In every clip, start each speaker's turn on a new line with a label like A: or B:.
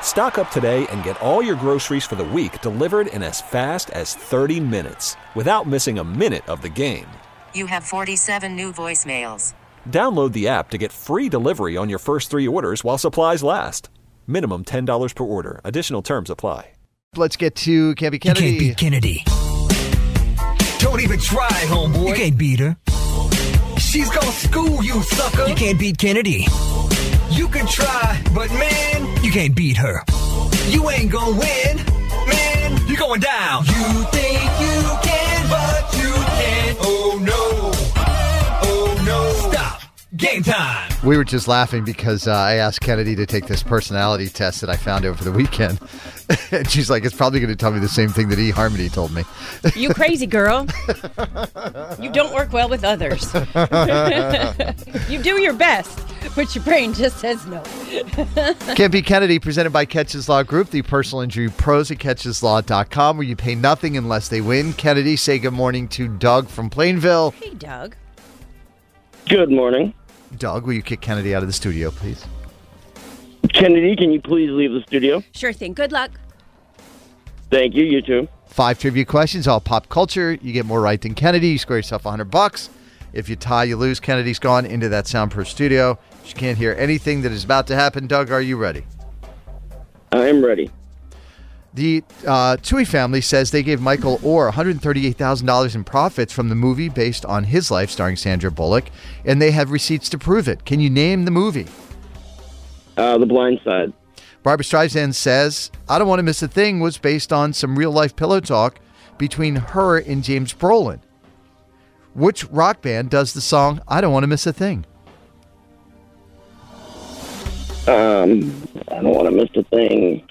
A: Stock up today and get all your groceries for the week delivered in as fast as 30 minutes without missing a minute of the game.
B: You have 47 new voicemails.
A: Download the app to get free delivery on your first three orders while supplies last. Minimum $10 per order. Additional terms apply.
C: Let's get to Kevin
D: You
C: Kennedy.
D: can't beat Kennedy.
E: Don't even try,
D: You
E: homeboy.
D: can't beat her.
E: She's gonna school you, sucker.
D: You can't beat Kennedy.
E: You can try, but man,
D: You can't beat her.
E: you ain't gonna win. Man, you're going down. You think you can, but you can't. Oh no. Oh no. Stop. Game time.
C: we were just laughing because uh, I asked Kennedy to take this personality test that I found over the weekend. and she's like, it's probably going to tell me the same thing that eHarmony told me.
F: You crazy girl. you don't work well with others. you do your best, but your brain just says no.
C: Can't beat Kennedy, presented by Catches Law Group, the personal injury pros at catcheslaw.com, where you pay nothing unless they win. Kennedy, say good morning to Doug from Plainville.
F: Hey, Doug.
G: Good morning.
C: Doug, will you kick Kennedy out of the studio, please?
G: Kennedy, can you please leave the studio?
F: Sure thing. Good luck.
G: Thank you, you too.
C: Five trivia questions, all pop culture. You get more right than Kennedy. You square yourself 100 bucks. If you tie, you lose. Kennedy's gone into that soundproof studio. She can't hear anything that is about to happen. Doug, are you ready?
G: I am ready.
C: The uh, Tui family says they gave Michael Orr $138,000 in profits from the movie based on his life, starring Sandra Bullock, and they have receipts to prove it. Can you name the movie?
G: Uh, the blind side.
C: Barbara Streisand says, I Don't Want to Miss a Thing was based on some real life pillow talk between her and James Brolin. Which rock band does the song I Don't Want to Miss a Thing?
G: Um, I don't want to miss a thing.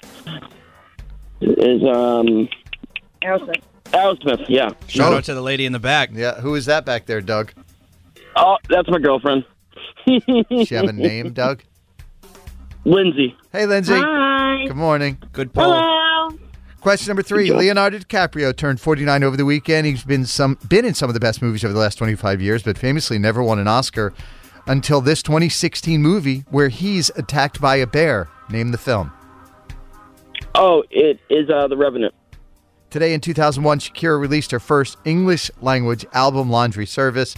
G: Is um, Aerosmith. Aerosmith, yeah.
H: Shout
C: No.
H: out to the lady in the back.
C: Oh. Yeah, who is that back there, Doug?
G: Oh, that's my girlfriend,
C: Does she have a name, Doug?
G: Lindsay.
C: Hey, Lindsay. Good morning.
H: Good poll.
C: Question number three: Leonardo DiCaprio turned 49 over the weekend. He's been some been in some of the best movies over the last 25 years, but famously never won an Oscar until this 2016 movie where he's attacked by a bear. Name the film.
G: Oh, it is uh, the Revenant.
C: Today in 2001, Shakira released her first English language album, Laundry Service.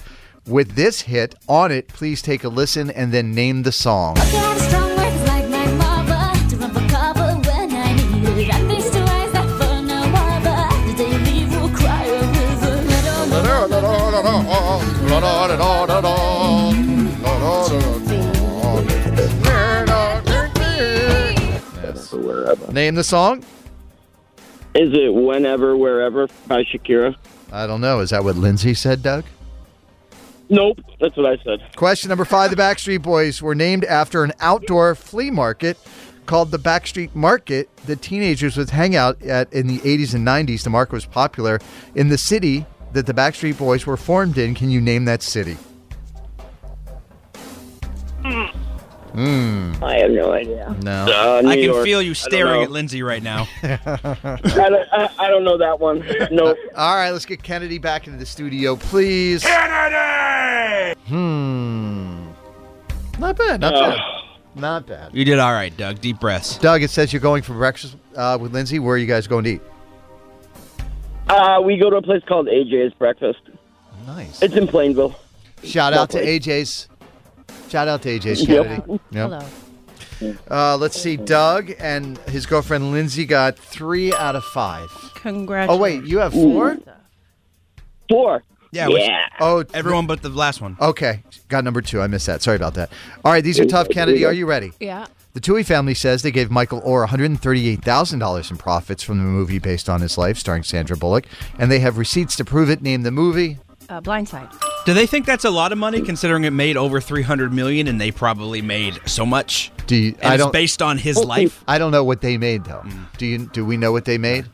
C: With this hit on it, please take a listen and then name the song.
I: Got strong legs like my mother to run for cover when I need it. I face to eyes that for no other. The day you leave will cry a river. I don't know
G: Wherever.
C: Name the song?
G: Is it Whenever, Wherever by Shakira?
C: I don't know. Is that what Lindsay said, Doug?
G: Nope, that's what I said.
C: Question number five The Backstreet Boys were named after an outdoor flea market called the Backstreet Market that teenagers would hang out at in the 80s and 90s. The market was popular in the city that the Backstreet Boys were formed in. Can you name that city?
G: I have no idea.
C: No.
G: Uh, New
H: I can
G: York.
H: feel you staring at
G: know.
H: Lindsay right now.
G: I don't, I, I don't know that one. Nope.
C: All right, let's get Kennedy back into the studio, please. Kennedy! Hmm. Not bad, not bad. Not bad.
H: You did all right, Doug. Deep breaths.
C: Doug, it says you're going for breakfast uh, with Lindsay. Where are you guys going to eat?
G: Uh, we go to a place called AJ's Breakfast.
C: Nice.
G: It's in Plainville.
C: Shout out to
G: lovely.
C: AJ's. Shout out to AJ's
G: Yep.
C: Kennedy.
F: Hello.
C: Uh, let's see. Doug and his girlfriend Lindsay got three out of five. Oh,
F: Congratulations.
C: wait, you have four?
G: Four.
H: Yeah, which-
G: yeah.
C: Oh,
H: Everyone but the last one.
C: okay. Got number two. I missed that. Sorry about that. All right, these are tough, Kennedy. Are you ready?
F: Yeah.
C: The Tui family says they gave Michael Orr $138,000 in profits from the movie based on his life, starring Sandra Bullock, and they have receipts to prove it. Name the movie.
F: Uh, blindside.
H: Do they think that's a lot of money considering it made over 300 million and they probably made so much?
C: Do you,
H: And it's based Mm. on his life.
C: I don't know what they made though. Do you? Do we know what they made?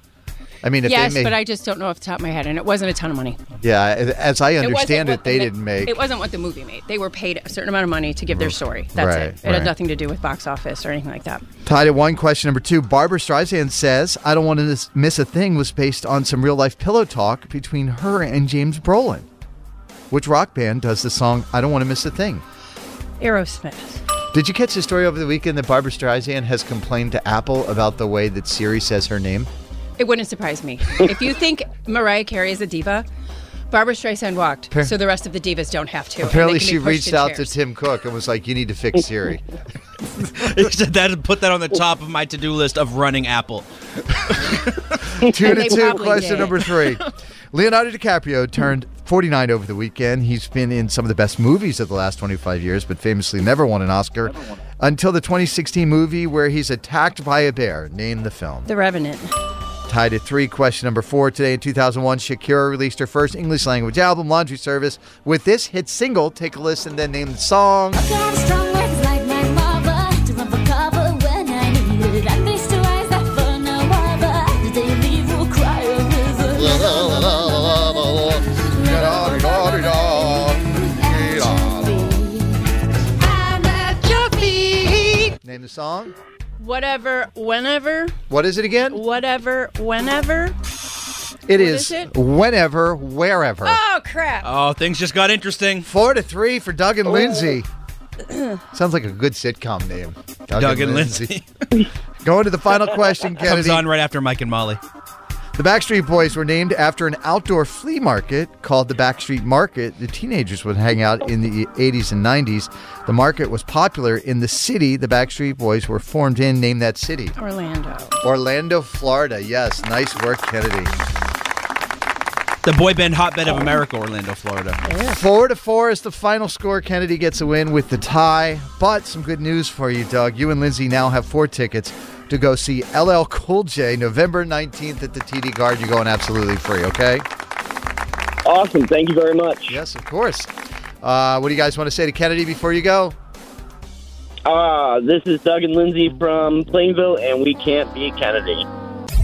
C: I mean, if
F: Yes,
C: they made,
F: but I just don't know off the top of my head, and it wasn't a ton of money.
C: yeah, as I
F: It wasn't
C: understand it,
F: what the
C: they
F: mi-
C: didn't make.
F: It wasn't what the movie made. They were paid a certain amount of money to give their story. That's
C: Right,
F: it. It
C: right.
F: had nothing to do with box office or anything like that.
C: Tied at one question number two. Barbara Streisand says, "I don't want to miss, miss a thing." Was based on some real life pillow talk between her and James Brolin. Which rock band does the song "I Don't Want to Miss a Thing"?
F: Aerosmith.
C: Did you catch the story over the weekend that Barbara Streisand has complained to Apple about the way that Siri says her name?
F: It wouldn't surprise me if you think Mariah Carey is a diva. Barbara Streisand walked,
C: Appar-
F: so the rest of the divas don't have to. and they
C: Apparently,
F: can be
C: she
F: pushed
C: reached
F: in
C: out
F: chairs.
C: to Tim Cook and was like, "You need to fix Siri."
H: that put that on the top of my to-do list of running Apple.
C: two to
H: they
C: two.
H: probably
C: Question
H: did.
C: number three. Leonardo DiCaprio turned 49 over the weekend. He's been in some of the best movies of the last 25 years, but famously never won an Oscar until the 2016 movie where he's attacked by a bear. Name the film.
F: The Revenant.
C: Tied at three. Question number four. Today in 2001, Shakira released her first English language album, Laundry Service. With this hit single, take a listen, then name the song.
I: Got strong legs like my mother to run for cover when I need it. I face to rise that for no other. The day you leave will cry a river.
C: Name the song.
F: Whatever, whenever,
C: What is it again?
F: whatever, whenever.
C: It
F: What
C: is
F: is it?
C: Whenever, Wherever.
F: Oh crap!
H: Oh, things just got interesting.
C: Four to three for Doug and Lindsay. Sounds like a good sitcom name.
H: Doug and Lindsay.
C: Going to the final question,
H: Comes
C: Kennedy.
H: on right after Mike and Molly.
C: The Backstreet Boys were named after an outdoor flea market called the Backstreet Market. The teenagers would hang out in the 80s and 90s. The market was popular in the city the Backstreet Boys were formed in. Name that city.
F: Orlando.
C: Orlando, Florida. Yes, nice work, Kennedy.
H: The boy band hotbed of America, Orlando, Florida.
C: Four to four is the final score. Kennedy gets a win with the tie. But some good news for you, Doug. You and Lindsay now have four tickets to go see LL Cool J November 19th at the TD Garden. You're going absolutely free, okay?
G: Awesome. Thank you very much.
C: Yes, of course. Uh, what do you guys want to say to Kennedy before you go?
G: Uh, this is Doug and Lindsay from Plainville, and we can't be Kennedy.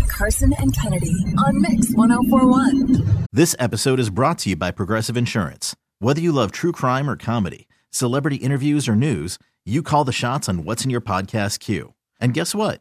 J: Carson and Kennedy on Mix 1041.
K: This episode is brought to you by Progressive Insurance. Whether you love true crime or comedy, celebrity interviews or news, you call the shots on what's in your podcast queue. And guess what?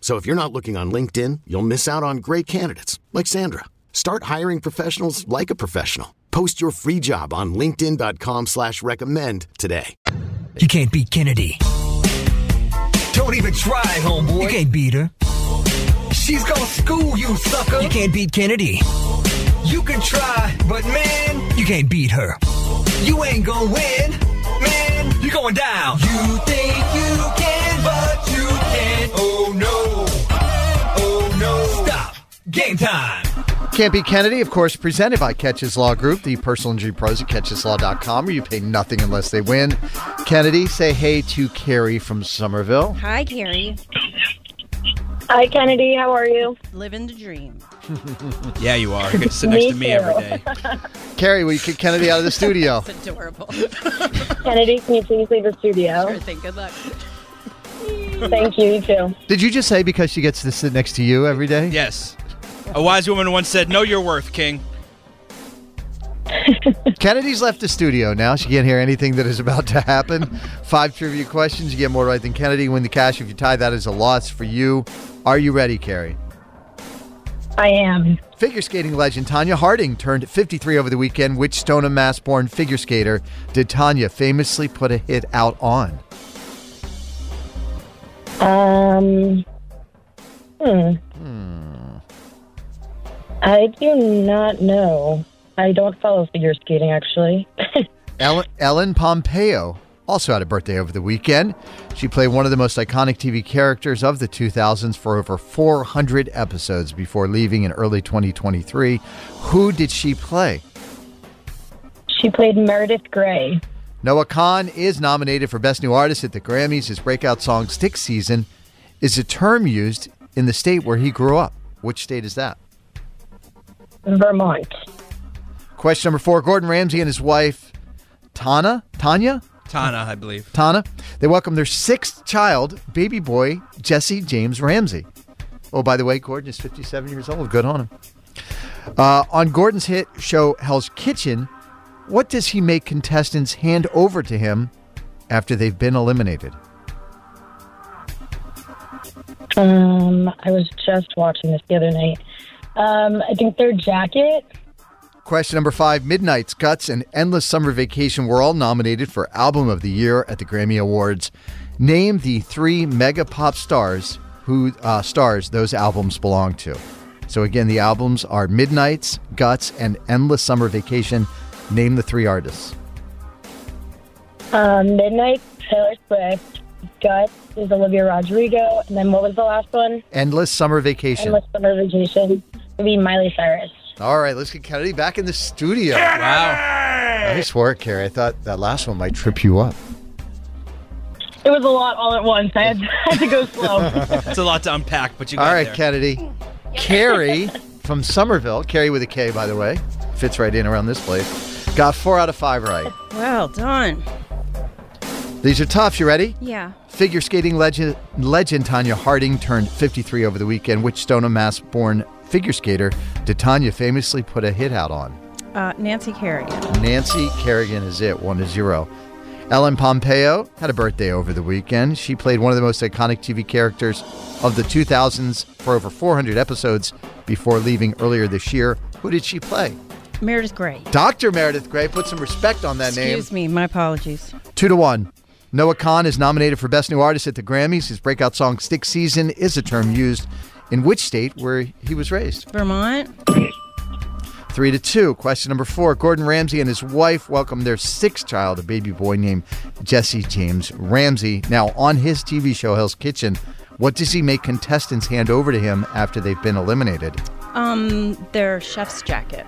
L: So if you're not looking on LinkedIn, you'll miss out on great candidates like Sandra. Start hiring professionals like a professional. Post your free job on linkedin.com/recommend slash recommend today.
D: You can't beat Kennedy.
E: Don't even try, homeboy.
D: You can't beat her.
E: She's gonna school you, sucker.
D: You can't beat Kennedy.
E: You can try, but man,
D: You can't beat her.
E: you ain't gonna win, man. You're going down. You think you can, but you can't. Oh no. Oh no. Stop. Game time.
C: Can't Be Kennedy, of course, presented by Catches Law Group, the personal injury pros at catcheslaw.com, where you pay nothing unless they win. Kennedy, say hey to Carrie from Somerville.
F: Hi, Carrie.
M: Hi, Kennedy. How are you?
F: Living the dream.
H: Yeah, you are. Good to sit next to me every day.
C: Carrie, will you kick Kennedy out of the studio?
F: Adorable.
M: Kennedy, can you please leave the studio?
F: Sure thing. Good luck.
M: Thank you. You too.
C: Did you just say because she gets to sit next to you every day?
H: Yes. A wise woman once said, Know your worth, King.
C: Kennedy's left the studio now. She can't hear anything that is about to happen. Five trivia questions. You get more right than Kennedy. You Win the cash. If you tie, that is a loss for you. Are you ready, Carrie?
M: I am.
C: Figure skating legend Tanya Harding turned 53 over the weekend. Which Stoneham, Mass born figure skater did Tanya famously put a hit out on?
M: Um. Hmm. I do not know. I don't follow figure skating, actually.
C: Ellen, Ellen Pompeo also had a birthday over the weekend. She played one of the most iconic TV characters of the 2000s for over 400 episodes before leaving in early 2023. Who did she play?
M: She played Meredith Grey.
C: Noah Kahn is nominated for Best New Artist at the Grammys. His breakout song, Stick Season, is a term used in the state where he grew up. Which state is that?
M: Vermont.
C: Question number four Gordon Ramsay and his wife, Tana, Tanya?
H: Tana, I believe.
C: Tana. They welcomed their sixth child, baby boy, Jesse James Ramsey. Oh, by the way, Gordon is 57 years old. Good on him. Uh, on Gordon's hit show, Hell's Kitchen, what does he make contestants hand over to him after they've been eliminated?
M: Um, I was just watching this the other night. Um, I think their jacket.
C: Question number five Midnight's Guts and Endless Summer Vacation were all nominated for Album of the Year at the Grammy Awards. Name the three mega pop stars who uh, stars those albums belong to. So again, the albums are Midnight's Guts and Endless Summer Vacation. Name the three artists.
M: Um, Midnight, Taylor Swift. Guts is Olivia Rodrigo. And then what was the last one?
C: Endless Summer Vacation.
M: Endless Summer Vacation. Would be Miley Cyrus.
C: All right, let's get Kennedy back in the studio. Wow. Nice work, Carrie. I thought that last one might trip you up.
M: It was a lot all at once. I had, had to go slow.
H: It's a lot to unpack, but you got
C: All right,
H: there.
C: Kennedy. Carrie from Somerville, Carrie with a K, by the way, fits right in around this place, got four out of five right.
F: Well done.
C: These are tough. You ready?
F: Yeah.
C: Figure skating legend, legend Tanya Harding turned 53 over the weekend. Which Stoneham, Mass born figure skater did Tanya famously put a hit out on?
F: Uh, Nancy Kerrigan.
C: Nancy Kerrigan is it, one to zero. Ellen Pompeo had a birthday over the weekend. She played one of the most iconic TV characters of the 2000s for over 400 episodes before leaving earlier this year. Who did she play?
F: Meredith Grey.
C: Dr. Meredith Grey. Put some respect on that name.
F: Excuse me. My apologies.
C: Two to one. Noah Kahn is nominated for Best New Artist at the Grammys. His breakout song, Stick Season, is a term used in which state where he was raised?
F: Vermont.
C: Three to two. Question number four. Gordon Ramsay and his wife welcomed their sixth child, a baby boy named Jesse James Ramsey. Now, on his TV show, Hell's Kitchen, what does he make contestants hand over to him after they've been eliminated?
F: Um, their chef's jacket.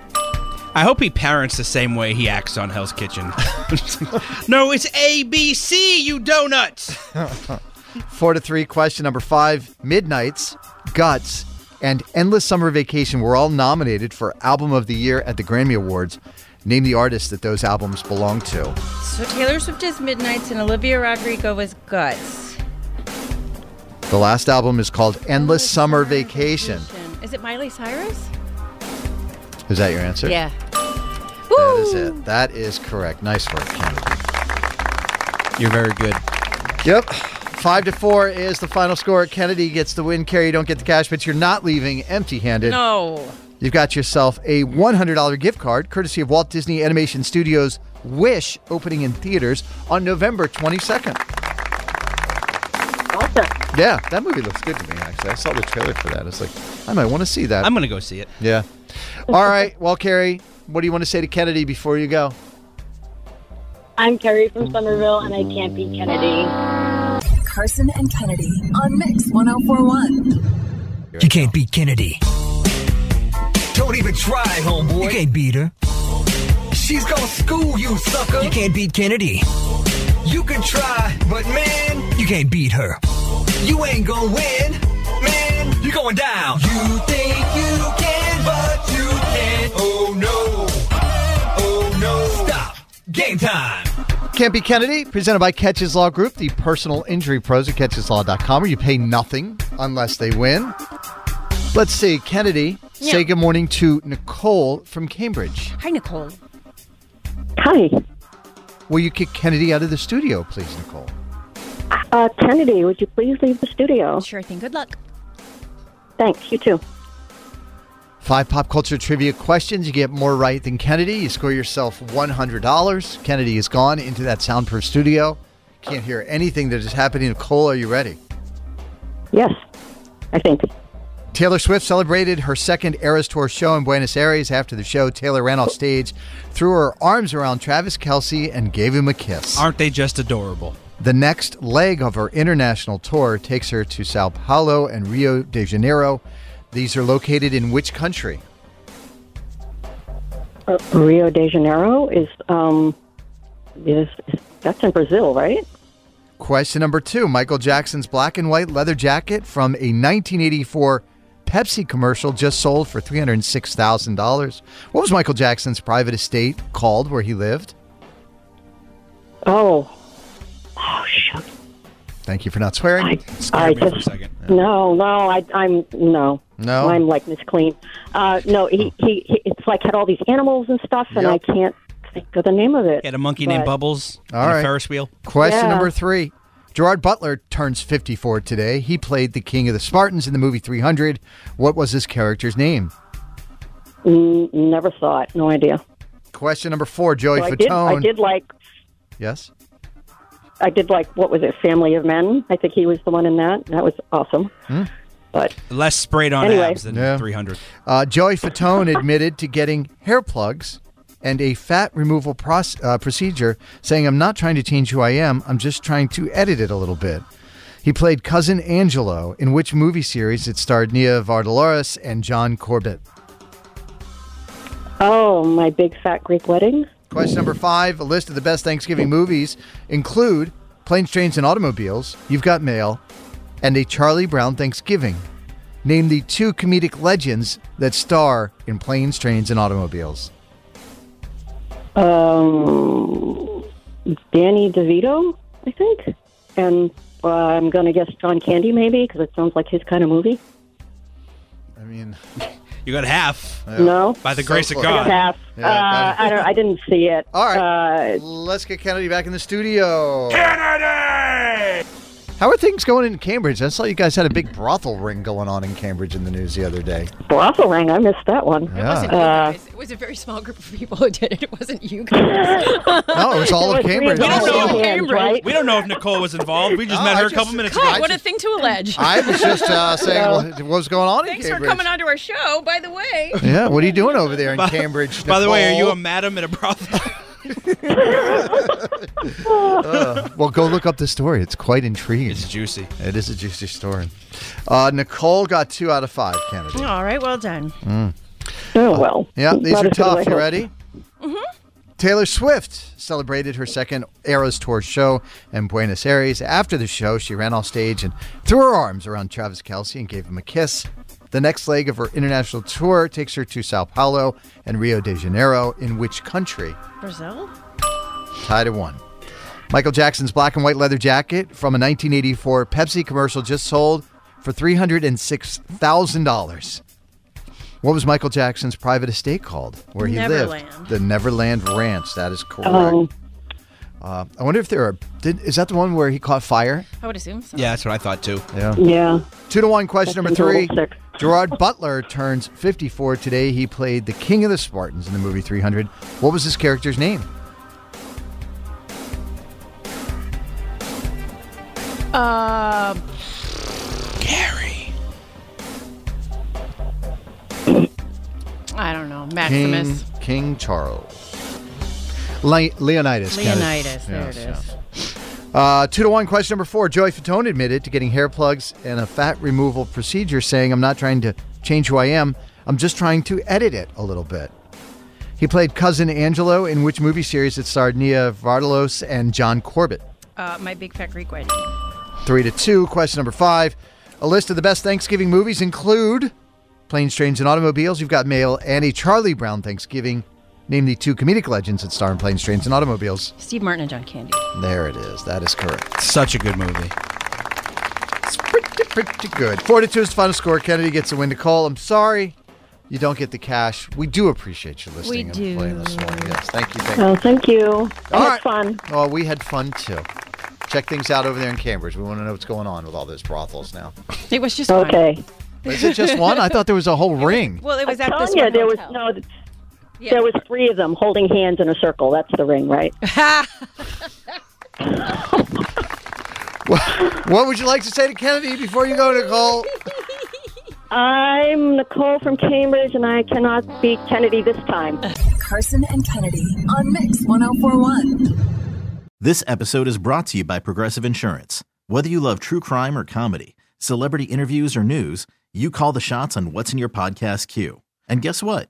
H: I hope he parents the same way he acts on Hell's Kitchen. no, it's ABC, you donuts.
C: Four to three. Question number five. Midnight's Guts and Endless Summer Vacation were all nominated for Album of the Year at the Grammy Awards. Name the artist that those albums belong to.
F: So Taylor Swift is Midnight's and Olivia Rodrigo is Guts.
C: The last album is called Endless Summer Vacation.
F: Is it Miley Cyrus?
C: Is that your answer?
F: Yeah.
C: That is it. That is correct. Nice work, Kennedy.
H: You're very good.
C: Yep. Five to four is the final score. Kennedy gets the win. Carrie, you don't get the cash, but you're not leaving empty handed.
F: No.
C: You've got yourself a $100 gift card courtesy of Walt Disney Animation Studios' Wish opening in theaters on November 22nd. Awesome. Yeah, that movie looks good to me, actually. I saw the trailer for that. It's like, I might want to see that.
H: I'm going to go see it.
C: Yeah. All right. Well, Carrie, what do you want to say to Kennedy before you go?
M: I'm Carrie from Somerville, and I can't be Kennedy.
J: Carson and Kennedy on Mix 1041.
D: You can't beat Kennedy.
E: Don't even try, homeboy.
D: You can't beat her.
E: She's gonna school you, sucker.
D: You can't beat Kennedy.
E: You can try, but man,
D: You can't beat her.
E: you ain't gonna win. Man, you're going down. You think you can, but you can't. Oh no. Oh no. Stop. Game time.
C: Can't be Kennedy, presented by Catches Law Group, the personal injury pros at catcheslaw.com, where you pay nothing unless they win. Let's see, Kennedy,
F: Yeah.
C: say good morning to Nicole from Cambridge.
F: Hi, Nicole.
C: Hi. Will you kick Kennedy out of the studio, please, Nicole?
N: Uh, Kennedy, would you please leave the studio?
F: Sure thing. Good luck.
C: Ah.
N: Thanks. You too.
C: Five pop culture trivia questions. You get more right than Kennedy. You score yourself $100. Kennedy is gone into that soundproof studio. Can't hear anything that is happening. Nicole, are you ready? Yes, I think. Taylor Swift celebrated her second Eras Tour show in Buenos Aires. After the show, Taylor ran off stage, threw her arms around Travis Kelsey, and gave him a kiss.
H: Aren't they just adorable?
C: The next leg of her international tour takes her to Sao Paulo and Rio de Janeiro. These are located in which country?
N: Uh, Rio de Janeiro is um is, is that's in Brazil, right?
C: Question number two Michael Jackson's black and white leather jacket from a 1984 Pepsi commercial just sold for $306,000. What was Michael Jackson's private estate called where he lived?
N: Oh,
C: Thank you for not swearing.
N: I just no, no. I, I'm no,
C: No?
N: I'm like Miss Clean. Uh, no, he, he, he. It's like had all these animals and stuff, and
H: Yep.
N: I can't think of the name of it.
H: He had a monkey named
N: But-
H: Bubbles
C: All
H: on
C: right.
H: a Ferris wheel.
C: Question
N: Yeah.
C: number three. Gerard Butler turns 54 today. He played the king of the Spartans in the movie 300. What was his character's name?
N: Mm, never saw it. No idea.
C: Question number four, Joey
N: So I did.
C: Fatone.
N: I did like.
C: Yes.
N: I did like. What was it? Family of Men. I think he was the one in that. That was awesome. But
H: less sprayed on
N: Anyway.
H: abs than
C: Yeah.
H: 300.
C: Uh, Joey Fatone admitted to getting hair plugs and a fat removal proce- uh, procedure, saying, I'm not trying to change who I am, I'm just trying to edit it a little bit. He played Cousin Angelo in which movie series it starred Nia Vardaloris and John Corbett?
N: oh, my big fat Greek wedding.
C: Question number five A list of the best Thanksgiving movies include Planes, Trains, and Automobiles, You've Got Mail, and A Charlie Brown Thanksgiving. Name the two comedic legends that star in Planes, Trains, and Automobiles.
N: Um, Danny DeVito, I think, and uh, I'm going to guess John Candy maybe because it sounds like his kind of movie.
C: I mean,
H: you got half.
N: No,
H: By the grace of God.
N: I guess half.
H: Yeah,
N: uh, I don't. I didn't see it.
C: All right.
N: Uh,
C: Let's get Kennedy back in the studio. Kennedy! How are things going in Cambridge? I saw you guys had a big brothel ring going on in Cambridge in the news the other day.
N: brothel ring. I missed that one.
C: Yeah. wasn't you
N: Uh,
F: It was a very small group of people who did it. It wasn't you guys.
C: No, Oh, it was all of Cambridge.
H: We don't, know
F: Cambridge,
H: if,
F: right?
H: we don't know if Nicole was involved. We just
C: No,
H: met
C: Ah, I
H: her a
C: just-
H: couple minutes ago.
F: God, what a thing to allege.
C: I was just uh, saying
F: Well,
C: what, what was going on
F: Thanks
C: in
F: for
C: Cambridge.
F: coming onto our show, by the way.
C: Yeah, what are you doing over there in
H: By-
C: Cambridge?
H: By the way, are you
C: Nicole?
H: a madam at a brothel?
C: Uh, well, go look up the story. It's quite intriguing. It's
H: juicy.
C: It is a juicy story. Uh, Nicole got two out of five, Kennedy.
F: All right, well done.
C: Mm.
N: Oh, well.
C: Yeah, these
F: Not
C: are
F: as good as I
C: tough. You
F: hoped.
C: ready?
F: Mm-hmm.
C: Taylor Swift celebrated her second Eras Tour show in Buenos Aires. After the show, she ran off stage and threw her arms around Travis Kelsey and gave him a kiss. The next leg of her international tour takes her to Sao Paulo and Rio de Janeiro, in which country?
F: Brazil?
C: Tied at one. Michael Jackson's black and white leather jacket from a 1984 Pepsi commercial just sold for $306,000. What was Michael Jackson's private estate called where he
F: Neverland.
C: lived? The Neverland Ranch. That is correct.
F: Oh.
C: Uh, I wonder if there are. Did, is that the one where he caught fire?
F: I would assume so.
H: Yeah, that's what I thought too.
C: Yeah.
N: Yeah.
C: Two to one. Question number
N: Mm. That's a little
C: three. Gerard Butler turns 54 today. He played the King of the Spartans in the movie 300. What was his character's name?
F: Uh, Gary. I don't know. Maximus.
C: King, King Charles. Le- Leonidas. Kennedy.
F: Leonidas, there
C: Yes,
F: it
C: yeah.
F: is.
C: Uh, two to one. Question number four. Joey Fatone admitted to getting hair plugs and a fat removal procedure, saying, "I'm not trying to change who I am. I'm just trying to edit it a little bit. He played Cousin Angelo in which movie series that starred Nia Vardalos and John Corbett?
F: Uh, my big fat Greek wedding.
C: Three to two. Question number five. A list of the best Thanksgiving movies include Planes, Trains, and Automobiles. You've got Mail and a Charlie Brown Thanksgiving. Name the two comedic legends that star in Planes, Trains, and Automobiles.
F: Steve Martin and John Candy.
C: There it is. That is correct.
H: Such a good movie.
C: It's pretty, pretty good. Four to two is the final score. Kennedy gets a win to call. I'm sorry you don't get the cash. We do appreciate you listening and
G: do.
C: playing this morning. Yes, thank you. Thank you.
G: Well, thank you. I
C: All
G: Oh, had
C: right.
G: fun.
C: Oh, we had fun too. Check things out over there in Cambridge. We want to know what's going on with all those brothels now.
F: It was just
G: okay.
C: Is it just one? I thought there was a whole ring.
F: Well, it was
G: I'm
F: at this
G: telling you,
F: one
G: there was
F: hotel.
G: no. There was three of them holding hands in a circle. That's the ring, right?
C: What would you like to say to Kennedy before you go, Nicole?
G: I'm Nicole from Cambridge, and I cannot beat Kennedy this time.
O: Carson and Kennedy on Mix 1041.
K: This episode is brought to you by Progressive Insurance. Whether you love true crime or comedy, celebrity interviews or news, you call the shots on what's in your podcast queue. And guess what?